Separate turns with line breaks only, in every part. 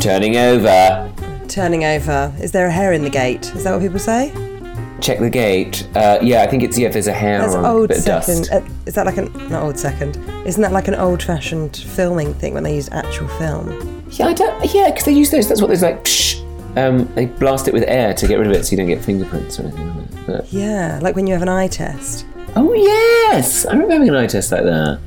Turning over.
Turning over. Is there a hair in the gate? Is that what people say?
Check the gate. Uh, yeah, I think it's yeah. If there's a hair
That's
or a
old
bit of
second.
dust.
Uh, is that like an not old second? Isn't that like an old-fashioned filming thing when they use actual film?
Yeah, I don't. Yeah, because they use those. That's what there's like. Psh, um, they blast it with air to get rid of it, so you don't get fingerprints or anything. On it. But,
Yeah, like when you have an eye test.
oh yes, I remember having an eye test like that.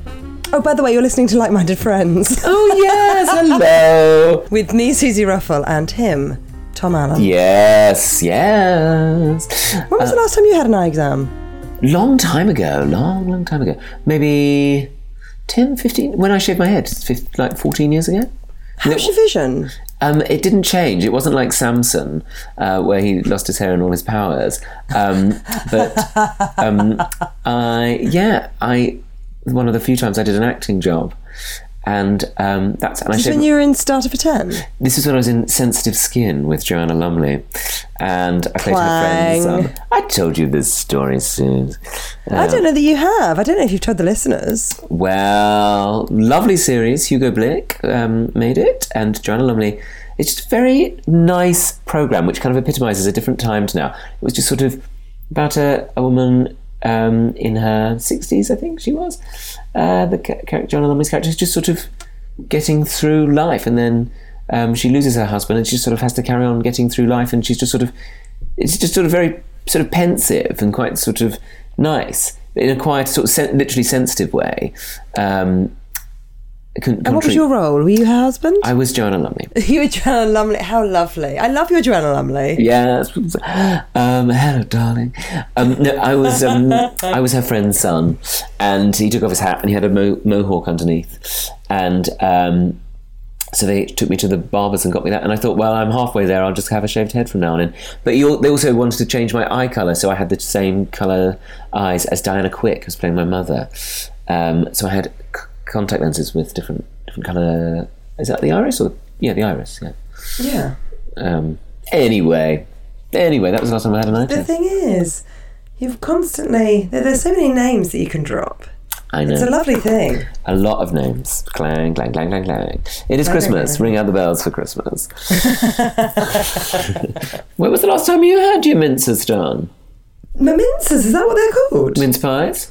Oh, by the way, you're listening to Like-Minded Friends
Oh yes, hello.
with me, Susie Ruffle, and him, Tom Allen.
Yes, yes.
When was the last time you had an eye exam?
Long time ago, long, long time ago. Maybe 10, 15, when I shaved my head, fif- like 14 years ago.
How's your vision?
Um, it didn't change. It wasn't like Samson, uh, where he lost his hair and all his powers. Um, but um, I, yeah, I one of the few times I did an acting job, and um, that's and I
Just
shaved,
when you were in Starter for Ten.
this is when I was in Sensitive Skin with Joanna Lumley, and I played her
Clang.
friend's son. I told you this story soon.
I don't know that you have. I don't know if you've told the listeners.
Well, lovely series. Hugo Blick um, made it, and Joanna Lumley. It's just a very nice program, which kind of epitomises a different time to now. It was just sort of about a, a woman um, in her sixties, I think she was. Uh, the ca- character Joanna Lumley's character is just sort of getting through life, and then um, she loses her husband, and she sort of has to carry on getting through life, and she's just sort of it's just sort of very sort of pensive and quite sort of nice in a quiet sort of sen- literally sensitive way. Um, and
What was your role? Were you her husband?
I was Joanna Lumley.
you were Joanna Lumley. How lovely. I love your Joanna Lumley.
Yes. Um, hello, darling. Um, no, I was um, I was her friend's son, and he took off his hat and he had a mo- mohawk underneath, and um, so they took me to the barbers and got me that. And I thought, well, I'm halfway there. I'll just have a shaved head from now on in. But you, al- they also wanted to change my eye color, so I had the same color eyes as Diana Quick, who's playing my mother. Um, so I had c- contact lenses with different different color. Is that the iris or yeah, the iris? Yeah.
Yeah.
Um, anyway, anyway, that was the last time I had an eye
The
test.
thing is, you've constantly there, there's so many names that you can drop.
I
It's a
know
lovely thing.
a lot of names. Clang, clang, clang, clang, clang. It is Christmas. Ring out the bells for Christmas. when was the last time you had your minces done?
Meminces, is that what they're called?
Mince pies?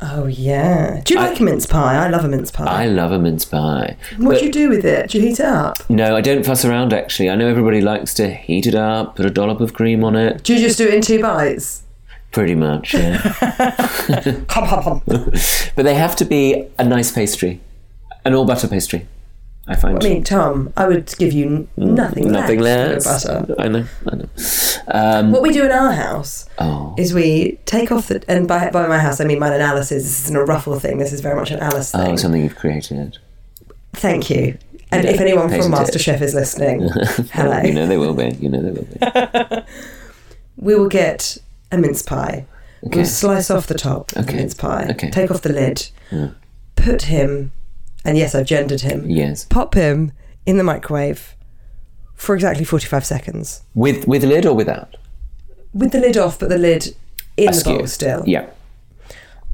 oh yeah. Do you like a mince pie? I love a mince pie.
I love a mince pie.
what
But-
do you do with it? Do you heat it up?
No, I don't fuss around. Actually, I know everybody likes to heat it up, put a dollop of cream on it.
Do you just do it in two bites?
Pretty much. Yeah.
Hum, hum, hum.
but they have to be a nice pastry, an all butter pastry. I find.
I mean, Tom, I would give you n- nothing,
Mm, Nothing
less.
less.
than your butter.
I know. I know. Um,
What we do in our house
oh.
is we take off the and by by my house I mean mine and Alice's. This isn't a ruffle thing. This is very much an Alice thing.
Oh, something you've created.
Thank you. And if anyone from MasterChef is listening, hello.
You know they will be. You know they will be.
We will get a mince pie.
Okay.
We'll slice off the top of the
Okay.
mince pie,
Okay.
take off the lid, put him, and yes, I've gendered him,
Yes.
pop him in the microwave for exactly 45 seconds.
With with lid or without?
With the lid off, but the lid in the bowl
Skew.
still.
Yeah.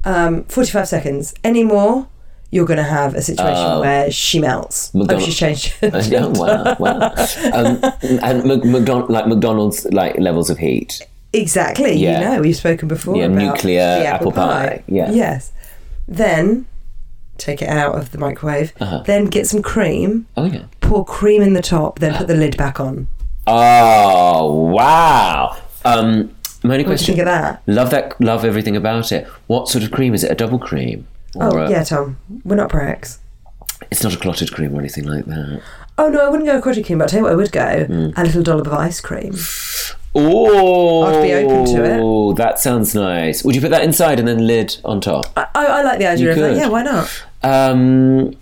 Um, 45 seconds. Any more, you're going to have a situation
Uh,
where she melts.
McDonald-
Oh, she's changed.
Uh, yeah, wow, wow. Um, and Mc, McDon- like McDonald's like levels of heat.
Exactly.
Yeah.
You know, we've spoken before
Yeah,
about
nuclear
the
apple pie. Yeah.
Yes. Then take it out of the microwave.
Uh-huh.
Then get some cream.
Oh yeah.
Pour cream in the top. Then put the lid back on.
Oh wow. Um, my only
What do you
question.
think of that?
Love that. Love everything about it. What sort of cream is it? A double cream? Or
Oh
a,
yeah, Tom. We're not pricks.
It's not a clotted cream or anything like that.
Oh no, I wouldn't go cottage cream, but I tell you what, I would go
Hmm.
a little dollop of ice cream.
Oh,
I'd be open to it.
Oh, that sounds nice. Would you put that inside and then lid on top?
I, I, I like the idea of that.
could.
Yeah, why not?
Um,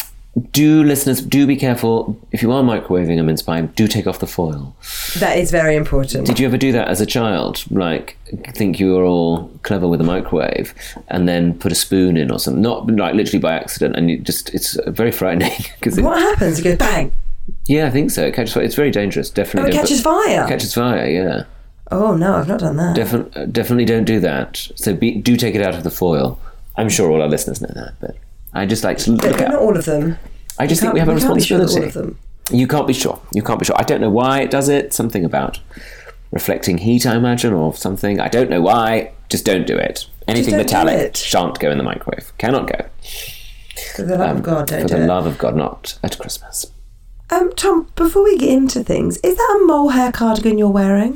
do listeners do be careful if you are microwaving a mince pie? Do take off the foil.
That is very important.
Did you ever do that as a child? Like think you were all clever with a microwave and then put a spoon in or something? Not like literally by accident, and you just it's very frightening because it,
what happens? It goes bang.
yeah, I think so. It catches fire. It's very dangerous. Definitely
Oh, It
don't put-
catches fire.
Catches fire. Yeah.
oh no, I've not done that.
Defin- uh, definitely don't do that. So be, do take it out of the foil. I'm sure all our listeners know that, but I just like to look
But
at.
not all of them.
I just
Can't-
think we have a
can't be sure of
responsibility.
all of them.
You can't be sure. You can't be sure. I don't know why it does it. Something about reflecting heat, I imagine, or something. I don't know why. Just don't do it. Anything
don't do
metallic
it.
shan't go in the microwave. Cannot go.
For the love of God,
um,
don't
For
do
the
it.
love of God, not at Christmas.
um, Tom, before we get into things, is that a mole hair cardigan you're wearing?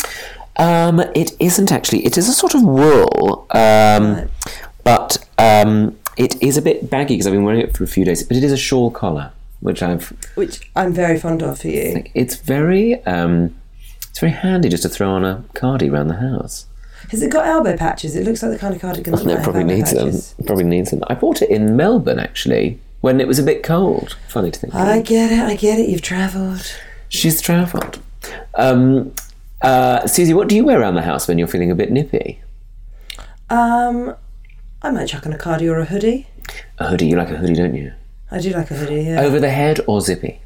Um, it isn't actually. It is a sort of wool, um, but um, it is a bit baggy because I've been wearing it for a few days. But it is a shawl collar, which I've.
Which I'm very fond of for you.
It's very. Um, it's very handy just to throw on a cardi around the house.
Has it got elbow patches? It looks like the kind of cardigan that
And
might
it
have
probably
elbow
needs them.
patches.
Probably needs them. I bought it in Melbourne actually when it was a bit cold. Funny to think.
I get it. I get it. You've travelled.
She's travelled. Um, uh, Susie, what do you wear around the house when you're feeling a bit nippy?
Um, I might chuck on a cardi or a hoodie.
A hoodie. You like a hoodie, don't you?
I do like a hoodie. Yeah.
Over the head or zippy?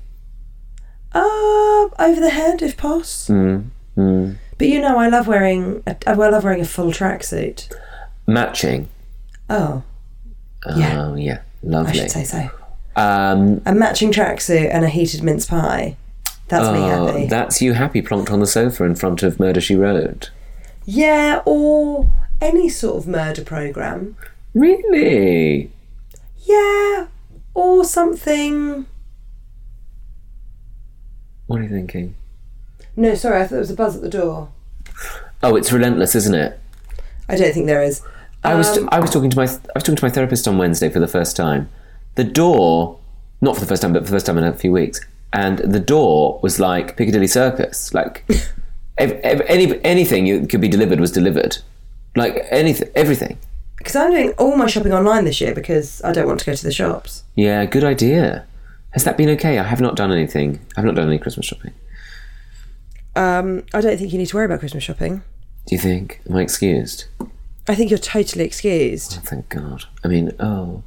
Uh, over the head if pos. But you know, I love wearing. A, I love wearing a full tracksuit.
Matching.
Oh, Yeah.
Oh yeah,
I
lovely.
should say so.
Um,
A matching tracksuit and a heated mince pie. That's me
oh,
happy.
that's you happy plonked on the sofa in front of Murder She Wrote.
yeah, or any sort of murder program.
Really?
Yeah, or something.
What are you thinking?
No, sorry, I thought there was a buzz at the door.
Oh, it's relentless, isn't it?
I don't think there is.
I was I was talking to my I was talking to my therapist on Wednesday for the first time. The door, not for the first time, but for the first time in a few weeks, and the door was like Piccadilly Circus. Like ev- ev- any anything you could be delivered was delivered. Like anything, everything.
Because I'm doing all my shopping online this year because I don't want to go to the shops.
Yeah, good idea. Has that been okay? I have not done anything. I've not done any Christmas shopping.
Um, I don't think you need to worry about Christmas shopping.
Do you think? Am I excused?
I think you're totally excused.
Oh, thank God. I mean, oh.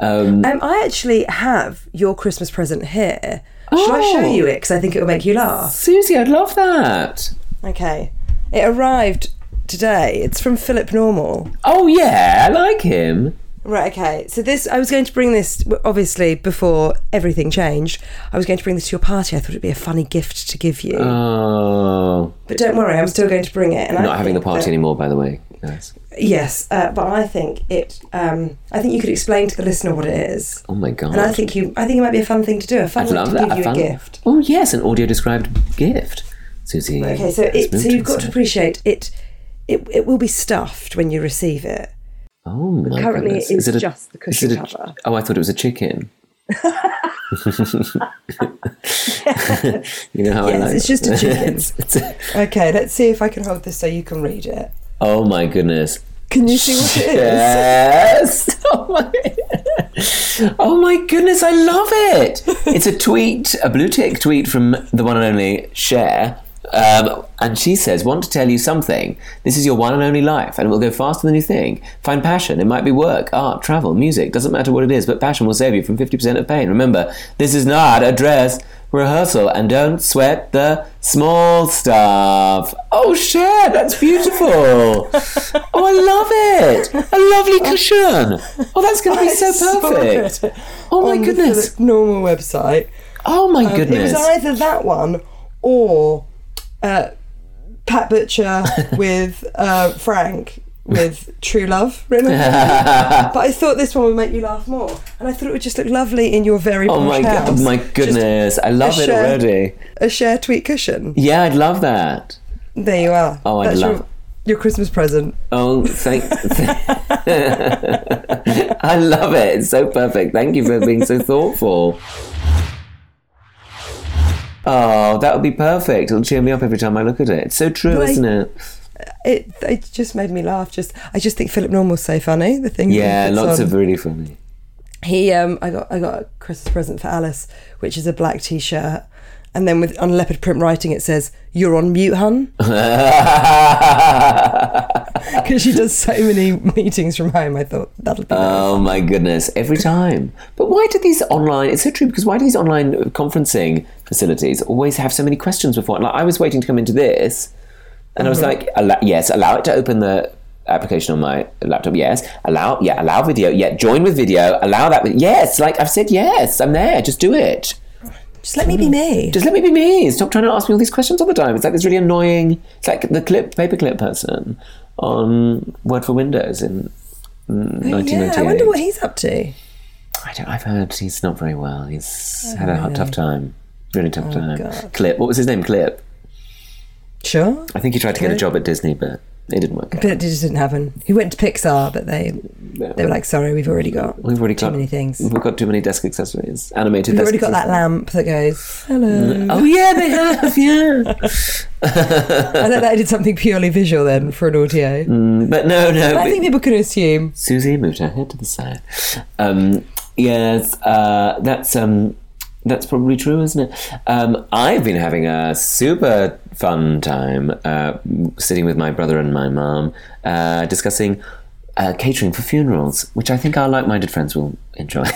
Um,
Um, I actually have your Christmas present here. Shall I show
Oh.
you it? Because I think it will make you laugh.
Susie, I'd love that.
Okay. It arrived today. It's from Philip Normal.
Oh, yeah, I like him.
Right, okay. So this, I was going to bring this, obviously, before everything changed, I was going to bring this to your party. I thought it'd be a funny gift to give you.
Oh.
but don't worry, I'm still going to bring it. And I
Uh, Not having the
think
party
that-
anymore, by the way. Yes.
Yes, uh, but I think it. Um, I think you could explain to the listener what it is,
Oh, my God.
and I think you. I think it might be a fun thing to do. A fun
I'd
way
love
to
that.
give you
I'd
a
love-
gift.
Oh, yes, an audio described gift. Susie.
Okay, so
has
it,
moved
so you've got to
inside.
appreciate it. It it will be stuffed when you receive it.
Oh, my
Currently,
goodness.
it is just the
is it
cushion
a-
cover.
Oh, I thought it was a chicken. you know how I
Yes,
like
it's just a chicken.
It's- it's a-
Okay, let's see if I can hold this so you can read it.
oh my goodness.
Can you see what it is?
Yes. Oh my. oh my goodness, I love it. It's a tweet, a blue tick tweet from the one and only Cher. Um, and she says, Want to tell you something. This is your one and only life, and it will go faster than you think. Find passion. It might be work, art, travel, music. Doesn't matter what it is, but passion will save you from 50% of pain. Remember, this is not a dress rehearsal, and don't sweat the small stuff. Oh, Cher, that's beautiful. Oh, I love it! A lovely cushion. Oh, that's going to be
I
so
saw
perfect.
it
Oh my
on the
goodness.
Philip Normal website.
Oh my
It was
goodness.
either that one or uh, Pat Butcher with uh, Frank with True Love written. on it. but I thought this one would make you laugh more, and I thought it would just look lovely in your very
Oh my
posh
god!
house.
my
Just
goodness! I love it
Cher.
already.
a share tweet cushion.
Yeah, I'd love that.
There you are.
Oh, I'd
That's
love-
your, your Christmas present.
Oh, thank. I love it. It's so perfect. Thank you for being so thoughtful. Oh, that would be perfect. It'll cheer me up every time I look at it. It's so true,
Right.
isn't it?
It it just made me laugh. Just I just think Philip Normal's so funny. The thing.
Yeah,
that he puts
lots
on.
of really funny.
He um I got I got a Christmas present for Alice, which is a black t shirt. And then with on leopard print writing it says, You're on mute, hun because she does so many meetings from home. I thought that'll be nice.
Oh my goodness, every time. But why do these online, it's so true because why do these online conferencing facilities always have so many questions before? Like, I was waiting to come into this and I was like, allo- yes, allow it to open the application on my laptop. Yes. Allow, yeah, allow video. Yeah, join with video. Allow that. With, yes. Like I've said, yes, I'm there. Just do it.
Just let me be me.
Just let me be me. Stop trying to ask me all these questions all the time. It's like this really annoying. It's like the clip paperclip person on Word for Windows in mm,
Oh,
1998.
yeah, I wonder what he's up to.
I don't, I've heard he's not very well. He's had a hard, tough time. Really tough time.
Oh, God.
Clip. What was his name? Clip.
Sure.
I think he tried to get a
Clip?
job at Disney, but it didn't work. out.
But it just didn't happen. He went to Pixar, but they they were like, sorry, we've already got
We've already
too
got
many things.
We've got too many desk accessories. Animated.
We've
desk
already got that lamp that goes, hello.
accessories. Oh yeah, they have. Yeah.
I thought that I did something purely visual then for an audio.
Mm, but no, no.
I
but-
think people can assume.
Susie moved her head to the side. Um, yes, uh, that's um, that's probably true, isn't it? Um, I've been having a super fun time uh, sitting with my brother and my mum uh, discussing uh, catering for funerals, which I think our like-minded friends will enjoy.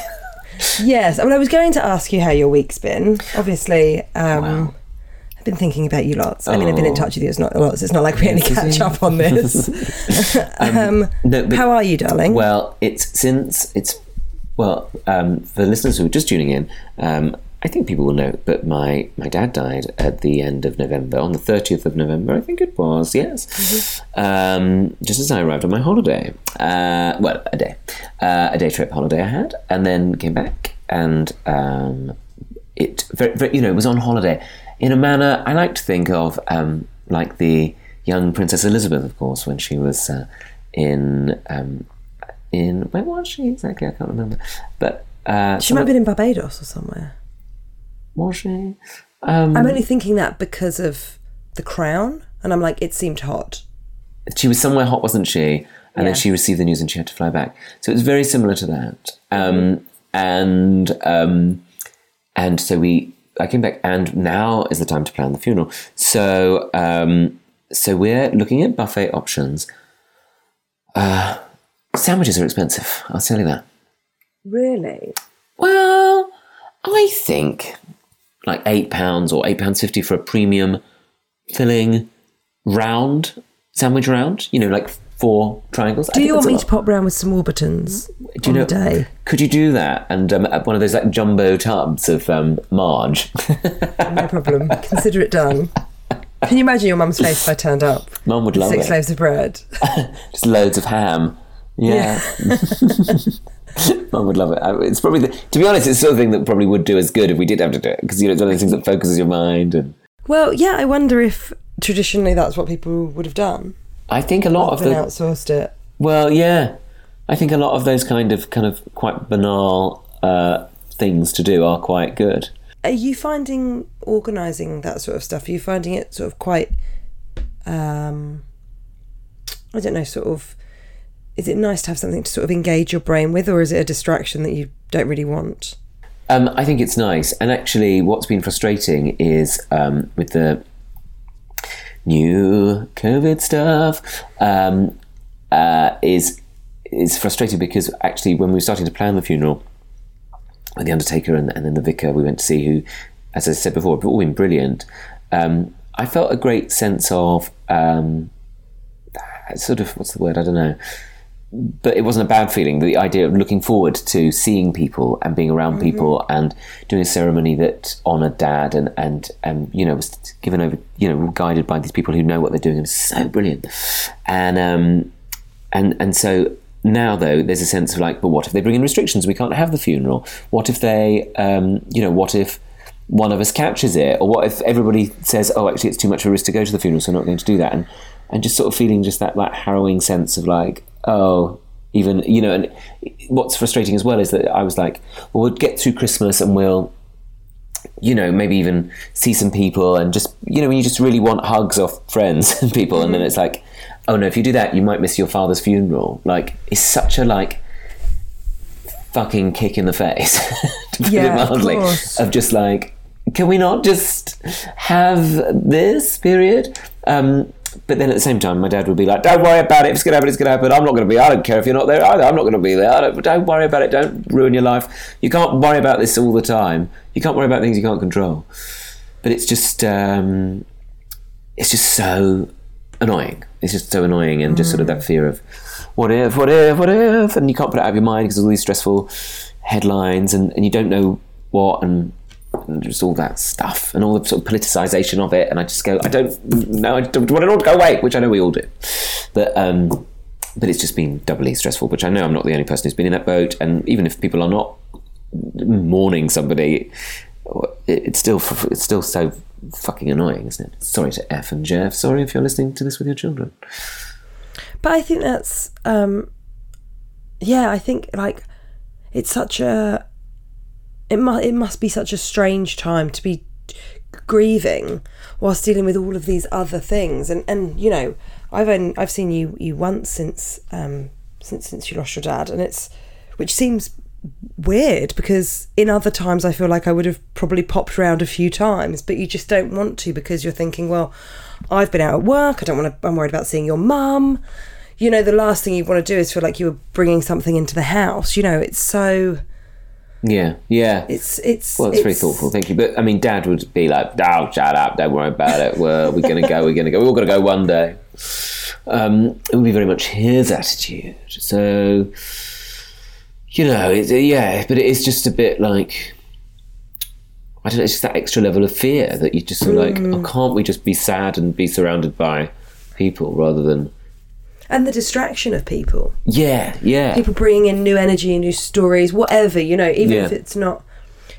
Yes. Well, I was going to ask you how your week's been. Obviously, um, I've been thinking about you lots. I mean, I've been in
Oh.
touch with you it's not lots. It's not like we only catch up on this. um,
no, but-
how are you, darling?
well, it's since it's well um, for listeners who are just tuning in. Um, I think people will know, but my, my dad died at the end of November, on the 30th of November, I think it was, yes. Um, just as I arrived on my holiday. Uh, well, a day. Uh, a day trip holiday I had, and then came back, and um, it, very, very, you know, it was on holiday in a manner I like to think of um, like the young Princess Elizabeth, of course, when she was uh, in um, in where was she exactly? I can't remember. But uh,
she might have been in Barbados or somewhere.
was she? Um,
I'm only thinking that because of the crown, and I'm like, it seemed hot.
she was somewhere hot, wasn't she? And
Yeah.
then she received the news and she had to fly back. So it was very similar to that. Um, and um, and so we, I came back, and now is the time to plan the funeral. So um, so we're looking at buffet options. Uh, sandwiches are expensive. I'll tell you that.
Really?
Well, I think like eight pounds or eight pounds fifty for a premium filling round sandwich round. You know, like four triangles.
Do you want me to pop round with some Warburtons
Do you
on
know-
the day?
Could you do that? And um, at one of those like jumbo tubs of um, Marge.
No problem. Consider it done. Can you imagine your mum's face if I turned up?
Mum would love
Six
it.
loaves of bread.
Just loads of ham. Yeah. Mum would love it. I- It's probably the, to be honest, it's the sort of thing that probably would do as good if we did have to do it because you know it's one of those things that focuses your mind and.
Well, yeah, I wonder if traditionally that's what people would have done.
I think a lot of
Often
the
outsourced it.
Well, yeah, I think a lot of those kind of kind of quite banal uh, things to do are quite good.
Are you finding organising that sort of stuff? Are you finding it sort of quite, um, I don't know, sort of, is it nice to have something to sort of engage your brain with, or is it a distraction that you don't really want?
Um, I think it's nice, and actually, what's been frustrating is um, with the new COVID stuff um, uh, is is frustrating because actually, when we were starting to plan the funeral with the undertaker and, and then the vicar, we went to see who, as I said before, have all been brilliant. Um, I felt a great sense of um, sort of what's the word? I don't know. but it wasn't a bad feeling. The idea of looking forward to seeing people and being around people and doing a ceremony that honoured dad and, and, and, you know, was given over, you know, guided by these people who know what they're doing. It was so brilliant. And, um, and, and so now though, there's a sense of like, but what if they bring in restrictions? We can't have the funeral. What if they, um, you know, what if one of us catches it? Or what if everybody says, oh, actually it's too much of a risk to go to the funeral, so we're not going to do that. And, and just sort of feeling just that like harrowing sense of like oh even you know and what's frustrating as well is that i was like well we'll get through christmas and we'll you know maybe even see some people and just you know when you just really want hugs off friends and people and then it's like oh no if you do that you might miss your father's funeral like it's such a like fucking kick in the face to put
Yeah,
it
of
mildly
course.
of just like, can we not just have this period? Um, but then at the same time, my dad would be like, don't worry about it. If it's going to happen, it's going to happen. I'm not going to be, I don't care if you're not there either. I'm not going to be there. I don't, don't worry about it. Don't ruin your life. You can't worry about this all the time. You can't worry about things you can't control. But it's just, um, it's just so annoying. It's just so annoying, and just sort of that fear of what if, what if, what if, and you can't put it out of your mind because all these stressful headlines, and, and you don't know what, and and just all that stuff and all the sort of politicization of it. And I just go, I don't know, I don't want it all to go away, which I know we all do. But um, but it's just been doubly stressful, which I know I'm not the only person who's been in that boat. And even if people are not mourning somebody, it, it's still it's still so fucking annoying, isn't it? Sorry to F and Jeff. Sorry if you're listening to this with your children.
But I think that's, um, yeah, I think like it's such a, it must it must be such a strange time to be grieving whilst dealing with all of these other things. And and you know, I've only, I've seen you you once since um since since you lost your dad, and it's which seems weird because in other times I feel like I would have probably popped round a few times, but you just don't want to because you're thinking, well, I've been out at work. I don't want to. I'm worried about seeing your mum. You know, the last thing you want to do is feel like you were bringing something into the house. You know, it's so.
Yeah, yeah.
It's it's.
Well, it's, very thoughtful, thank you. But I mean, Dad would be like, "Oh, shut up! Don't worry about it. We're we're gonna go. We're gonna go. We're all gonna go one day." Um, it would be very much his attitude. So, you know, it, yeah. But it is just a bit like I don't know. It's just that extra level of fear that you just sort of like, oh, can't we just be sad and be surrounded by people rather than
and the distraction of people.
yeah, yeah,
people bringing in new energy, new stories, whatever, you know, even
Yeah.
if it's not,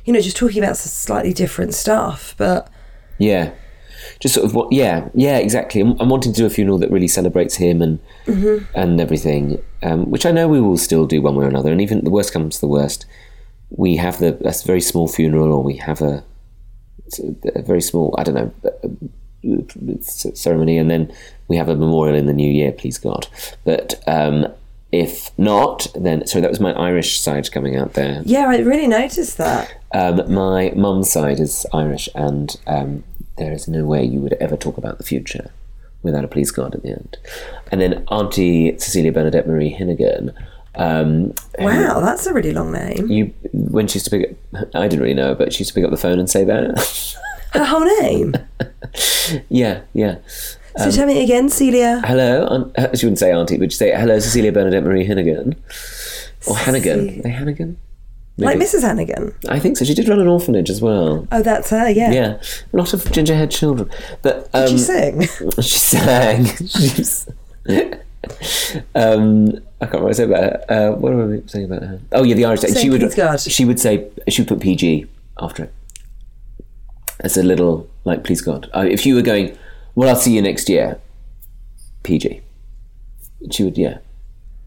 you know, just talking about s- slightly different stuff. But
yeah. Just sort of what? Yeah, yeah, exactly. I'm, I'm wanting to do a funeral that really celebrates him and and everything, um, which I know we will still do one way or another. And even the worst comes to the worst, we have the a very small funeral, or we have a, it's a- a very small, I don't know, uh, c- ceremony, and then we have a memorial in the new year, please God. But um, if not, then sorry, that was my Irish side coming out there.
yeah, I really noticed that.
Um, my mum's side is Irish, and um, there is no way you would ever talk about the future without a police guard at the end. And then Auntie Cecilia Bernadette Marie Hinnigan. Um,
Wow, that's a really long name.
you, when she used to pick up, I didn't really know, her, but she used to pick up the phone and say that.
Her whole name.
yeah, yeah.
So
Um,
tell me again, Celia.
Hello, aunt, uh, she wouldn't say Auntie, but she'd say hello, Cecilia Bernadette Marie Hinnigan, or Hannigan.
Ce-
Are they Hannigan?
Like
Maybe.
Mrs. Hannigan.
I think so. She did run an orphanage as well.
Oh, that's her, yeah.
Yeah, a lot of gingerhead children. But um,
She sang.
she sang. she was, um, I can't remember what I said about her. Uh, what were we saying about her? Oh yeah, the Irish. she would.
Kingsguard.
She would say. She would put PG after it as a little like, please God. Uh, if you were going, well, I'll see you next year. PG. She would. Yeah.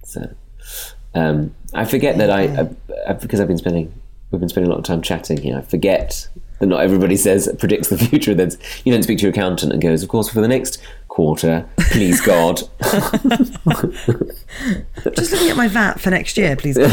So, um, I forget that I, I, I because I've been spending we've been spending a lot of time chatting here. I forget that not everybody says predicts the future. Then you don't speak to your accountant and goes, of course, for the next quarter, please God.
Just looking at my VAT for next year, please.
I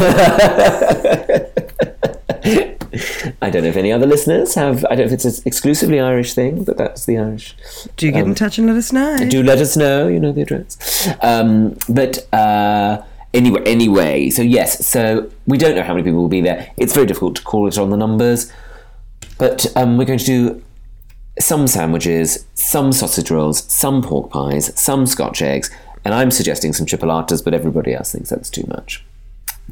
don't know if any other listeners have. I don't know if it's an exclusively Irish thing, but that's the Irish.
Do get in touch and let us know.
Um, do let us know. You know the address. Um, but uh, anyway, anyway, so yes, so we don't know how many people will be there. It's very difficult to call it on the numbers, but um, we're going to do some sandwiches, some sausage rolls, some pork pies, some Scotch eggs, and I'm suggesting some chipolatas, but everybody else thinks that's too much.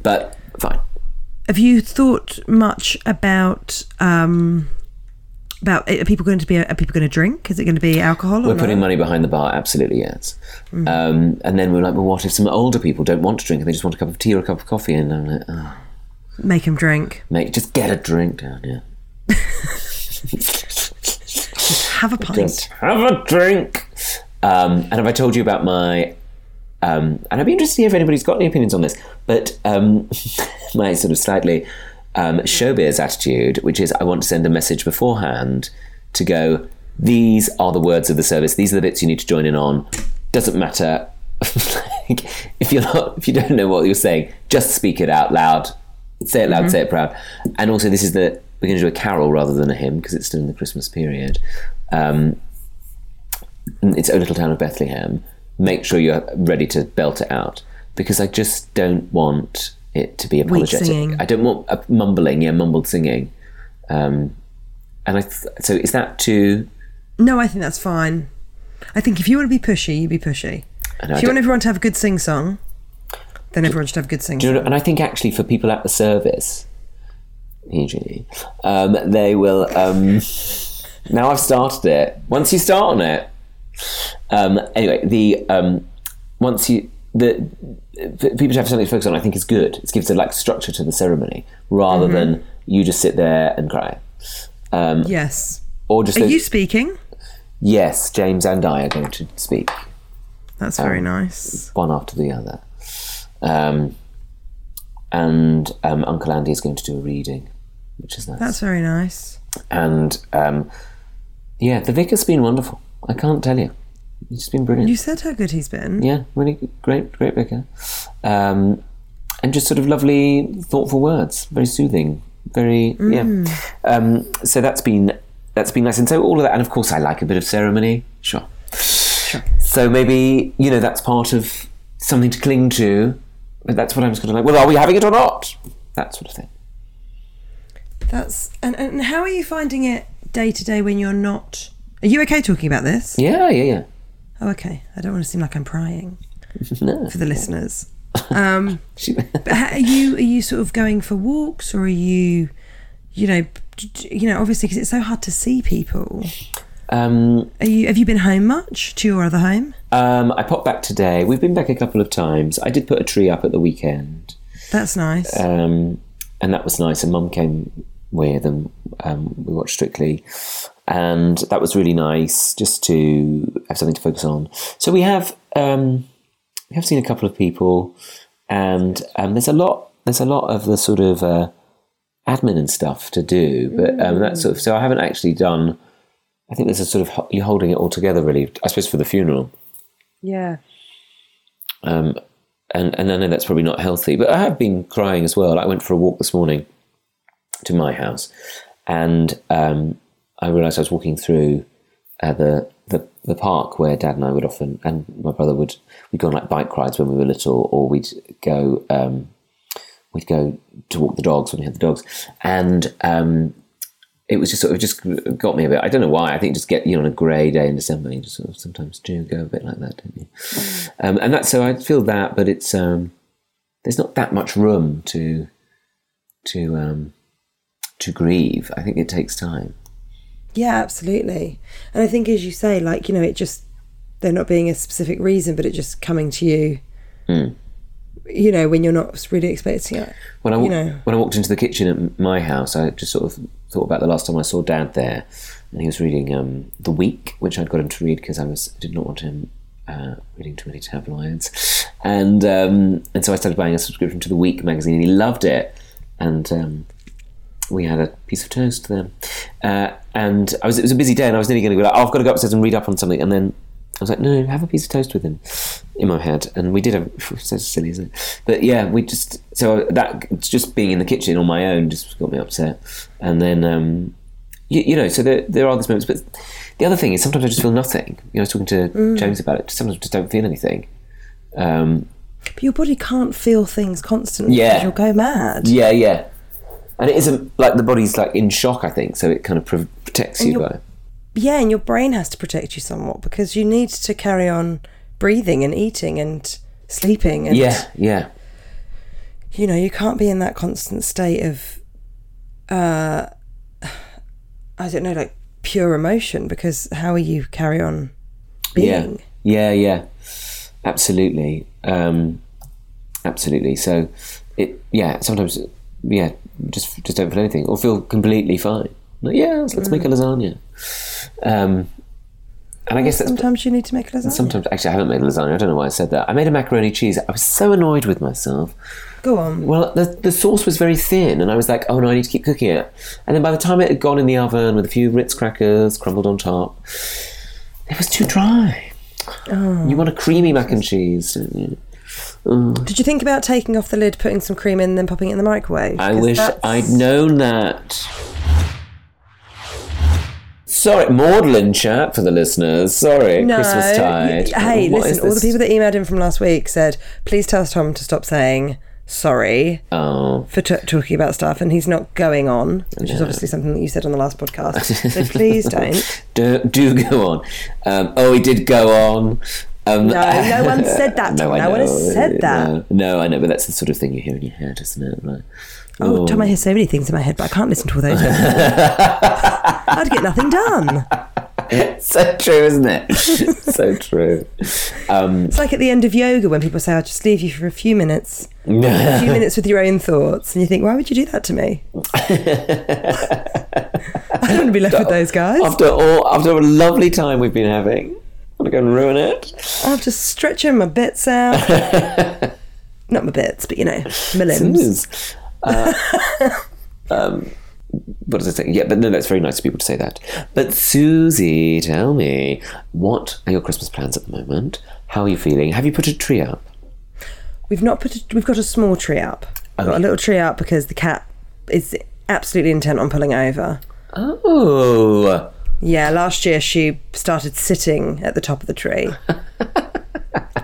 But fine.
Have you thought much about um about are people going to be are people going to drink? Is it going to be alcohol?
We're putting money behind the bar, absolutely, yes. Um, and then we're like, well, what if some older people don't want to drink and they just want a cup of tea or a cup of coffee? And I'm like, oh.
Make him drink.
Mate, just get a drink down here.
Have a pint.
Just have a drink. Um, and have I told you about my? Um, and I'd be interested to hear if anybody's got any opinions on this. But um, my sort of slightly um, showbiz attitude, which is I want to send a message beforehand to go. These are the words of the service. These are the bits you need to join in on. Doesn't matter. like, if you're not, if you don't know what you're saying, just speak it out loud. Say it loud, say it proud. And also, this is the we're going to do a carol rather than a hymn because it's still in the Christmas period. Um, and it's O Little Town of Bethlehem. Make sure you're ready to belt it out because I just don't want it to be apologetic.
singing.
I don't want a mumbling, yeah, mumbled singing. Um, and I th- so is that too?
No, I think that's fine. I think if you want to be pushy, you be pushy.
I know, I
If you want everyone to have a good sing song, then everyone should have a good sing
Do you
song.
know- and I think actually for people at the service PG. E Um, they will. Um, now I've started it. Once you start on it, um, anyway, the um, once you the p- people have something to focus on. I think is good. It gives a like structure to the ceremony rather
Mm-hmm.
than you just sit there and cry. Um,
Yes.
or just
Are
those-
you speaking?
yes, James and I are going to speak
That's very
Oh.
nice.
one after the other, um, and um, Uncle Andy is going to do a reading, which is nice.
That's very nice.
and um, yeah, the vicar's been wonderful. I can't tell you, he's been brilliant.
You said how good he's been.
yeah, really great, great vicar, um, and just sort of lovely, thoughtful words, very soothing, very yeah. Um, so that's been that's been nice, and so all of that, and of course I like a bit of ceremony, sure. So maybe you know that's part of something to cling to, but that's what I'm just going to like. Well, are we having it or not? That sort of thing.
That's and, and how are you finding it day to day when you're not? Are you okay talking about this?
Yeah, yeah, yeah.
Oh, okay. I don't want to seem like I'm prying
No.
for the listeners. Um,
She-
but how, are you are you sort of going for walks or are you, you know, d- d- you know, obviously because it's so hard to see people.
um,
Are you have you been home much to your other home?
um, I popped back today. We've been back a couple of times. I did put a tree up at the weekend.
That's nice.
um, and that was nice. And Mum came with, and um, we watched Strictly, and that was really nice, just to have something to focus on. So we have um, we have seen a couple of people, and um, there's a lot there's a lot of the sort of uh, admin and stuff to do, but um, that sort of so I haven't actually done. I think there's a sort of ho- you're holding it all together, really. I suppose for the funeral
yeah.
um, and and I know that's probably not healthy, but I have been crying as well. I went for a walk this morning to my house, and um, I realised I was walking through uh, the, the the park where Dad and I would often and my brother would we'd go on like bike rides when we were little, or we'd go um, we'd go to walk the dogs when we had the dogs, and um, it was just sort of just got me a bit. I don't know why. I think just get you know, on a grey day in December, you just sort of sometimes do go a bit like that, don't you? Um, and that's so I feel that, but it's um, there's not that much room to to um, to grieve. I think it takes time.
Yeah, absolutely. And I think, as you say, like, you know, it just, there not being a specific reason, but it just coming to you, you know, when you're not really expecting it.
When I
You
wa-
know.
when I walked into the kitchen at m- my house, I just sort of thought about the last time I saw Dad there, and he was reading um, The Week, which I'd got him to read because I was did not want him uh, reading too many tabloids, and um, and so I started buying a subscription to The Week magazine, and he loved it, and. Um, we had a piece of toast then, uh, and I was it was a busy day, and I was nearly going to go. Like, oh, I've got to go upstairs and read up on something, and then I was like, no, have a piece of toast with him in my head, and we did. Have, it's so silly, isn't it? But yeah, we just so that it's just being in the kitchen on my own just got me upset, and then um, you, you know, so there, there are those moments. But the other thing is sometimes I just feel nothing. You know, I was talking to James about it. Sometimes I just don't feel anything. Um,
But your body can't feel things constantly.
Yeah.
'cause You'll go mad.
yeah, yeah. And it isn't like the body's like in shock, I think, so it kind of pro- protects you
you're-
by.
Yeah, and your brain has to protect you somewhat because you need to carry on breathing and eating and sleeping. And,
Yeah, yeah.
you know, you can't be in that constant state of, uh, I don't know, like pure emotion because how are you carry on being?
Yeah, yeah, yeah. Absolutely, um, absolutely. So, it yeah. Sometimes, yeah. Just just don't feel anything or feel completely fine. Like, yeah, let's, let's make a lasagna. Um, and I guess that's
Sometimes you need to make a lasagna.
sometimes. Actually, I haven't made a lasagna. I don't know why I said that. I made a macaroni cheese. I was so annoyed with myself.
Go on.
Well, the, the sauce was very thin, and I was like, oh no, I need to keep cooking it. And then by the time it had gone in the oven with a few Ritz crackers crumbled on top, it was too dry.
Oh.
You want a creamy mac and cheese, don't you?
Did you think about taking off the lid, putting some cream in, then popping it in the microwave?
I
'Cause
wish
that's-
I'd known that. Sorry, maudlin chat for the listeners. Sorry,
No.
Christmas tide.
Hey,
What is
listen, all the
this?
people that emailed in from last week said, please tell Tom to stop saying sorry
Oh,
for t- talking about stuff, and he's not going on, which is obviously something that you said on the last podcast. so please don't.
do, do go on. Um, oh, he did go on. Um,
No, no one said that.
No, I
no one
know.
has said that.
No, no, I know, but that's the sort of thing you hear in your head, isn't it? Like,
Oh, Tom, I hear so many things in my head, but I can't listen to all those. I'd get nothing done.
so true, isn't it? so true. Um,
It's like at the end of yoga when people say, I'll just leave you for a few minutes. a few minutes with your own thoughts. And you think, why would you do that to me? I don't want to be left with those guys.
after all, after a lovely time we've been having, want to go and ruin it?
I'll just stretch in my bits out. Not my bits, but you know, my limbs.
Ooh. Uh, um, what does I say? Yeah, but no, that's very nice of people to say that. But Susie, tell me, what are your Christmas plans at the moment? How are you feeling? Have you put a tree up?
We've not put. A, we've got a small tree up. We've got a little tree up because the cat is absolutely intent on pulling over.
Oh,
Yeah, last year she started sitting at the top of the tree.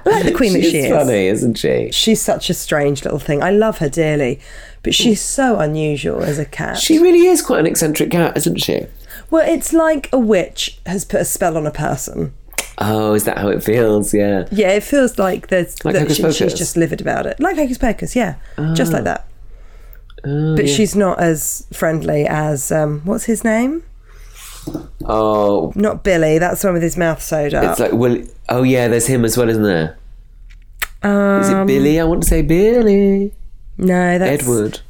like the queen that
she's
she is.
funny, isn't she?
She's such a strange little thing. I love her dearly, but she's so unusual as a cat.
She really is quite an eccentric cat, isn't she?
well, it's like a witch has put a spell on a person.
Oh, is that how it feels? Yeah.
Yeah, it feels like there's
Like
that
Hocus
she- she's
Pocus? Ah,
just livid about it, like Hocus Pocus. Yeah, just like that. but she's not as friendly as um, what's his name?
Oh,
Not Billy. That's the one with his mouth sewed up.
it's like well, oh yeah, there's him as well, isn't there? Um, is it Billy? I want to say Billy.
no, that's
Edward.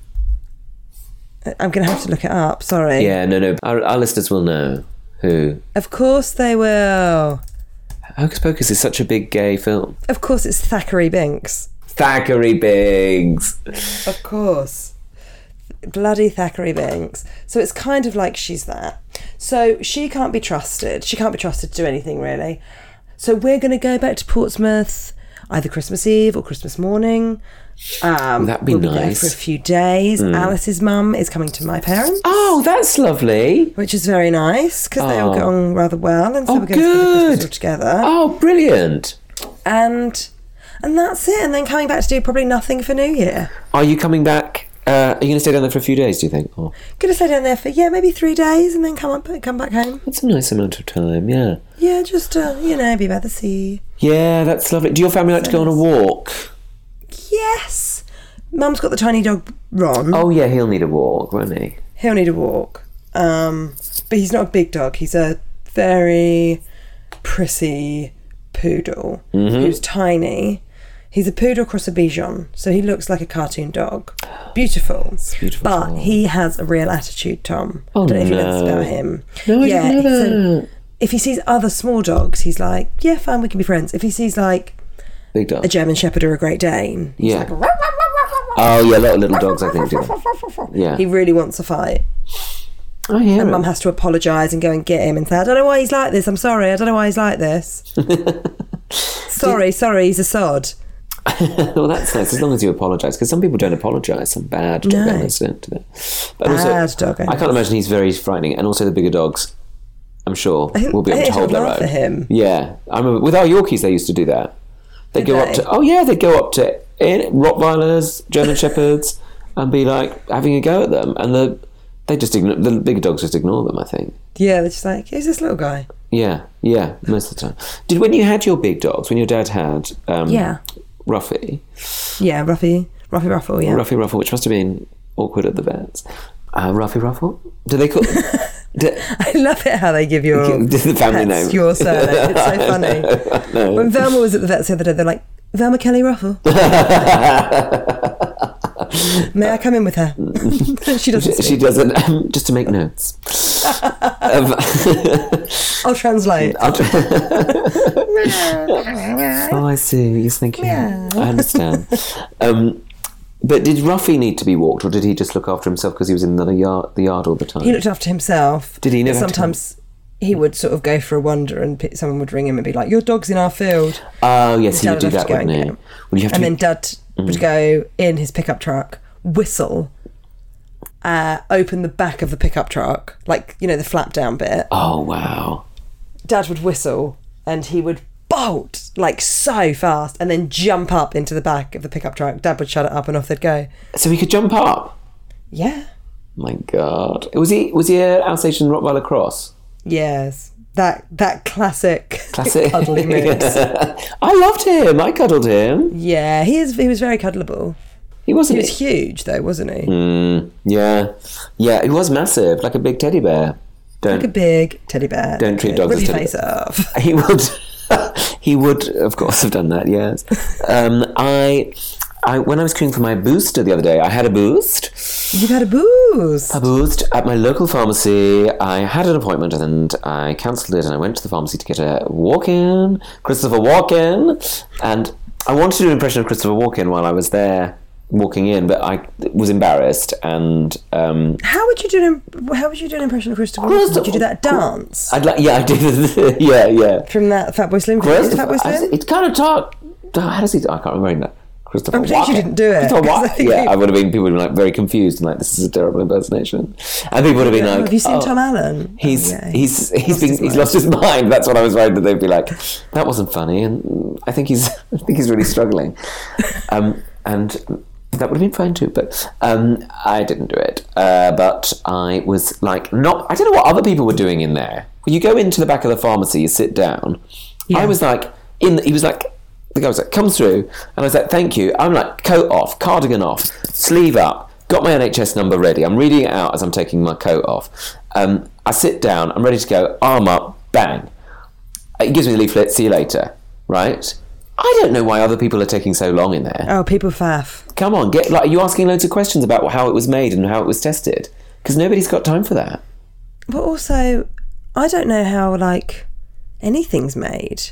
I'm going to have to look it up. Sorry.
Yeah, no, no. Our, our listeners will know who.
Of course they will.
Hocus Pocus is such a big gay film.
Of course it's Thackeray Binks.
Thackeray Biggs.
Of course. Bloody Thackeray Binks. So it's kind of like she's that. So she can't be trusted. She can't be trusted to do anything really. So we're going to go back to Portsmouth either Christmas Eve or Christmas morning. Um,
That'd be
we'll be there
nice. Mm.
for a few days. Alice's mum is coming to my parents,
Oh, that's lovely.
which is very nice because they all get on rather well, and so we're going to spend
Oh. good.
Christmas all together.
Oh, brilliant.
and and that's it. And then coming back to do probably nothing for New Year.
Are you coming back? Uh, are you going to stay down there for a few days? Do you think? Oh,
Gonna stay down there for yeah, maybe three days, and then come up, come back home.
that's a nice amount of time. Yeah.
Yeah, just uh, you know, be by the sea.
Yeah, that's lovely. Do your family like to go on a walk?
Yes, Mum's got the tiny dog Ron.
Oh, yeah, he'll need a walk, won't he?
He'll need a walk, um, but he's not a big dog. He's a very prissy poodle
Mm-hmm.
who's tiny. He's a poodle cross a Bichon, so he looks like a cartoon dog. Beautiful.
beautiful
But
dog.
he has a real attitude, Tom. I don't know if you know this
no.
about him.
No, I didn't know
so
that.
if he sees other small dogs, he's like, yeah, fine, we can be friends. If he sees like
Big dog.
a German Shepherd or a Great Dane, he's
Yeah.
like, "Ruff."
Oh, yeah, a lot of little dogs, I think, do that. Hmm. Yeah. Oh,
he really wants a fight.
I hear
Mum
it.
has to apologise and go and get him and say, I don't know why he's like this. I'm sorry. I don't know why he's like this. sorry, sorry, he's a sod.
well, that's nice, as long as you apologise, because some people don't apologise. Some bad dog
No.
owners don't. do that. But
Bad dog eh?
I can't
owners.
imagine he's very frightening, and also the bigger dogs, I'm sure,
think-
will be
I
able to
think
hold
it's
their
hard
own.
for him.
Yeah, I remember with our Yorkies, they used to do that. They go up
they?
to oh yeah, they go up to in, Rottweilers, German Shepherds, and be like having a go at them, and the they just ignore the bigger dogs just ignore them. I think.
Yeah, they're just like, who's this little guy?
Yeah, yeah, most of the time. Did when you had your big dogs, when your dad had um,
Yeah.
Ruffy,
Yeah, Ruffy. Ruffy Ruffle, yeah.
Ruffy Ruffle, which must have been awkward at the vets. Uh, Ruffy Ruffle? Do they call? do,
I love it how they give your
Just the family
pets
name.
your surname. It's so funny. When Velma was at the vets the other day, they're like, Velma Kelly Ruffle. May I come in with her? she doesn't
she
speak.
doesn't. Um, just to make notes. um,
I'll translate.
I'll try- oh, I see. Yes, thank you. I understand. Um, but did Ruffy need to be walked, or did he just look after himself because he was in the yard, the yard all the time?
He looked after himself.
Did he
but
never have to-
Sometimes he would sort of go for a wander and pe- someone would ring him and be like, your dog's in our field.
oh, yes, he
Dad
would do
would
that,
have to go
wouldn't
and
he?
get
Well,
him.
you have to.
And then
be- Mm.
dad would go in his pickup truck, whistle, uh, open the back of the pickup truck, like, you know, the flap down bit.
oh wow.
dad would whistle and he would bolt like so fast and then jump up into the back of the pickup truck. Dad would shut it up and off they'd go.
So he could jump up.
Yeah.
My God, was he was he an Alsatian Rottweiler cross?
Yes. That that classic,
Classic.
cuddly moves.
I loved him. I cuddled him.
yeah, he is he was very cuddleable.
He
He
wasn't.
was huge though, wasn't he?
Hmm. yeah, yeah. He was massive, like a big teddy bear. Don't
Like a big teddy bear.
Don't treat dogs
Rip
as
your
teddy
face off.
he would he would of course have done that yes um, I, I when i was queuing for my booster the other day i had a boost
You've had a booze.
a boost at my local pharmacy i had an appointment and i cancelled it and i went to the pharmacy to get a walk-in christopher walk-in and i wanted to do an impression of christopher walk-in while i was there walking in but i was embarrassed and um,
How would you do an im- How would you do an impression of Christopher? Walken? Would you do that dance
i'd like yeah i did yeah yeah
from that Fatboy Slim? Is
First
it Fatboy
I-
Slim?
it kind of talked. How does he? I can't remember that. Christopher.
I'm pleased you
Walken.
didn't do it,
Christopher
'cause I
Walken.
think
yeah,
you-
I would have been. People would have been like very confused and like, "This is a terrible impersonation," and people would have been
Oh,
like,
have you seen
"Oh,
Tom Allen?
He's
Oh, yeah.
he's he's
lost
been,
his
he's
mind.
lost his mind." That's what I was worried that they'd be like, "That wasn't funny," and I think he's I think he's really struggling, um, and that would have been fine too. But um, I didn't do it. Uh, but I was like, not. I don't know what other people were doing in there. When you go into the back of the pharmacy, you sit down. I was like, in. The, he was like. The guy was like, come through. And I was like, thank you. I'm like, coat off, cardigan off, sleeve up, got my NHS number ready. I'm reading it out as I'm taking my coat off. Um, I sit down, I'm ready to go, arm up, bang. It gives me the leaflet, see you later, right? I don't know why other people are taking so long in there.
Oh, people faff.
Come on, get like, are you asking loads of questions about how it was made and how it was tested? Because nobody's got time for that.
But also, I don't know how like anything's made.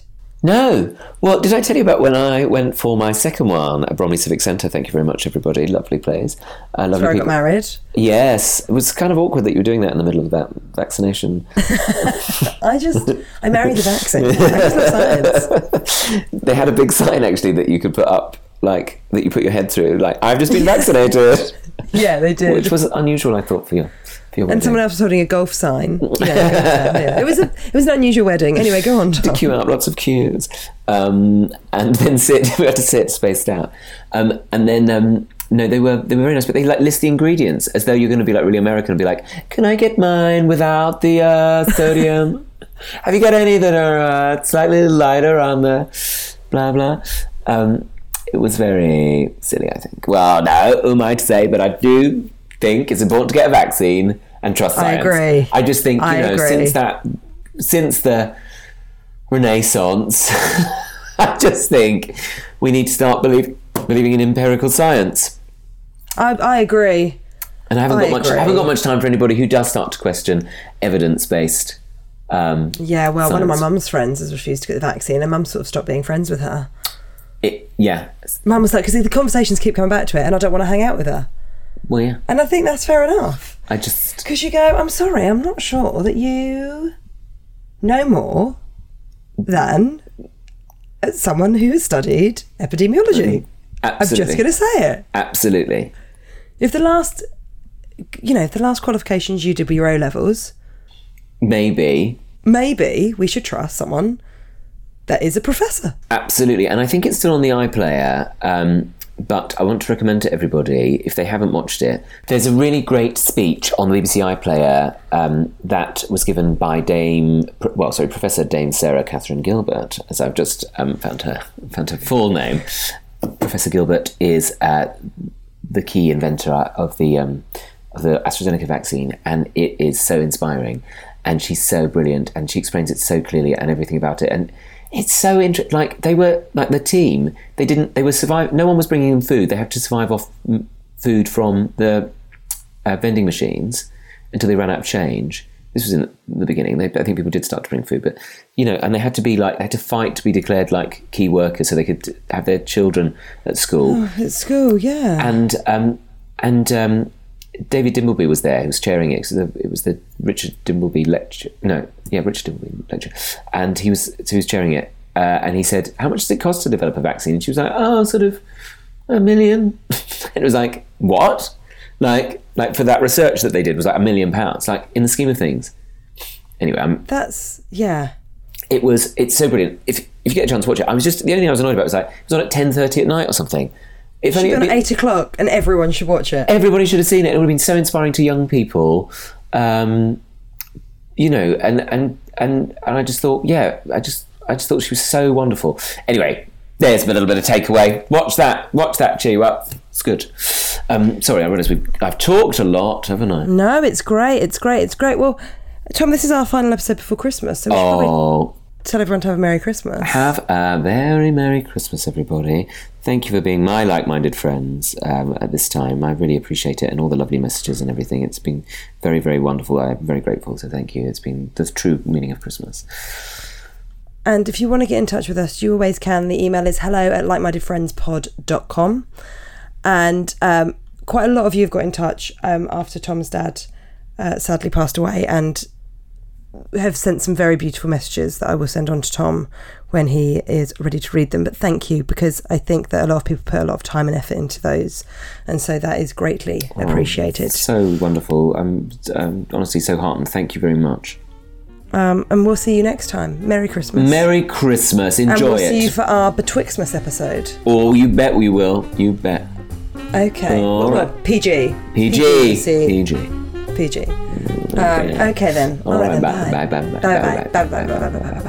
No. Well, did I tell you about when I went for my second one at Bromley Civic Centre? Thank you very much, everybody. Lovely place. Uh, lovely
Where I got
people.
married.
Yes, it was kind of awkward that you were doing that in the middle of that vaccination.
I just I married the vaccine. I just love science.
they had a big sign actually that you could put up, like that you put your head through, like "I've just been vaccinated,"
Yeah, they did.
which was unusual, I thought, for your for your
and someone
wedding.
else was holding a golf sign. You know, yeah, yeah. It was a, it was an unusual wedding. Anyway, go on. Tom.
Queue up, lots of queues, um, and then sit. we had to sit spaced out, um, and then. Um, no, they were they were very nice, but they like list the ingredients as though you're going to be like really American and be like, "Can I get mine without the uh, sodium? Have you got any that are uh, slightly lighter on the blah blah?" Um, it was very silly, I think. Well, no, who am I to say? But I do think it's important to get a vaccine and trust
I
science.
agree.
I just think you
I
know
agree.
since that since the Renaissance, I just think we need to start believe, believing in empirical science.
I, I agree.
And I haven't
I
got much. I
agree.
haven't got much time for anybody who does start to question evidence-based. Um,
Yeah, well, one of my
Science.
mum's friends has refused to get the vaccine, and mum sort of stopped being friends with her.
it, yeah.
Mum was like, because the conversations keep coming back to it, and I don't want to hang out with her.
Well, yeah.
And I think that's fair enough.
I just.
Because you go, I'm sorry, I'm not sure that you know more than someone who has studied epidemiology. I'm
Absolutely.
just going to say it.
Absolutely.
If the last, you know, if the last qualifications you did were your O levels,
Maybe.
maybe we should trust someone that is a professor.
Absolutely, and I think it's still on the iPlayer. Um, but I want to recommend to everybody if they haven't watched it. There's a really great speech on the BBC iPlayer um, that was given by Dame, well, sorry, Professor Dame Sarah Catherine Gilbert, as I've just um, found her found her full name. Professor Gilbert is uh, the key inventor of the um, of the AstraZeneca vaccine, and it is so inspiring, and she's so brilliant, and she explains it so clearly and everything about it, and it's so interesting. Like they were like the team, they didn't, they were survive. No one was bringing them food. They had to survive off mm, food from the uh, vending machines until they ran out of change. This was in the beginning. They, I think people did start to bring food, but you know, and they had to be like they had to fight to be declared like key workers so they could have their children at school
At school, yeah.
and um, and um, David Dimbleby was there. He was chairing it. It was the, it was the Richard Dimbleby lecture. No, yeah, Richard Dimbleby lecture, and he was so he was chairing it. Uh, and he said, "How much does it cost to develop a vaccine?" And she was like, "Oh, sort of a million. and it was like, "What?" Like, like for that research that they did was like a million pounds. Like in the scheme of things. Anyway, I'm
That's, yeah.
it was it's so brilliant. If if you get a chance to watch it, I was just the only thing I was annoyed about was like it was on at ten thirty at night or something. If
Should
only
be
it'd
on
been-
at eight o'clock, and everyone should watch it.
everybody should have seen it. It would have been so inspiring to young people, um, you know. And and and and I just thought, yeah, I just I just thought she was so wonderful. Anyway, There's a little bit of takeaway. Watch that. Watch that. Cheer you up. It's good. Um, sorry, I realise we've I've talked a lot, haven't I?
No, it's great. It's great. It's great. Well, Tom, this is our final episode before Christmas, so we should probably
Oh.
tell everyone to have a Merry Christmas.
Have a very Merry Christmas, everybody. Thank you for being my like minded friends um, at this time. I really appreciate it and all the lovely messages and everything. It's been very, very wonderful. I'm very grateful, so thank you. It's been the true meaning of Christmas.
And if you want to get in touch with us, you always can. The email is hello at likemindedfriendspod.com. And um, quite a lot of you have got in touch um, after Tom's dad uh, sadly passed away and have sent some very beautiful messages that I will send on to Tom when he is ready to read them. But thank you because I think that a lot of people put a lot of time and effort into those. And so that is greatly appreciated.
So wonderful. I'm, I'm honestly so heartened. Thank you very much.
Um, and we'll see you next time. Merry Christmas.
Merry Christmas.
and
Enjoy
we'll see you
it.
for our Betwixtmas episode.
oh, you bet we will. You bet.
Okay.
All
Well,
right.
well, PG.
PG.
PG.
PG.
PG. Um, okay then.
All
All right
right,
Um, then.
bye, bye, bye,
Bye.
bye,
Bye. Bye.
bye,
Bye. Bye. Bye. Bye. Bye.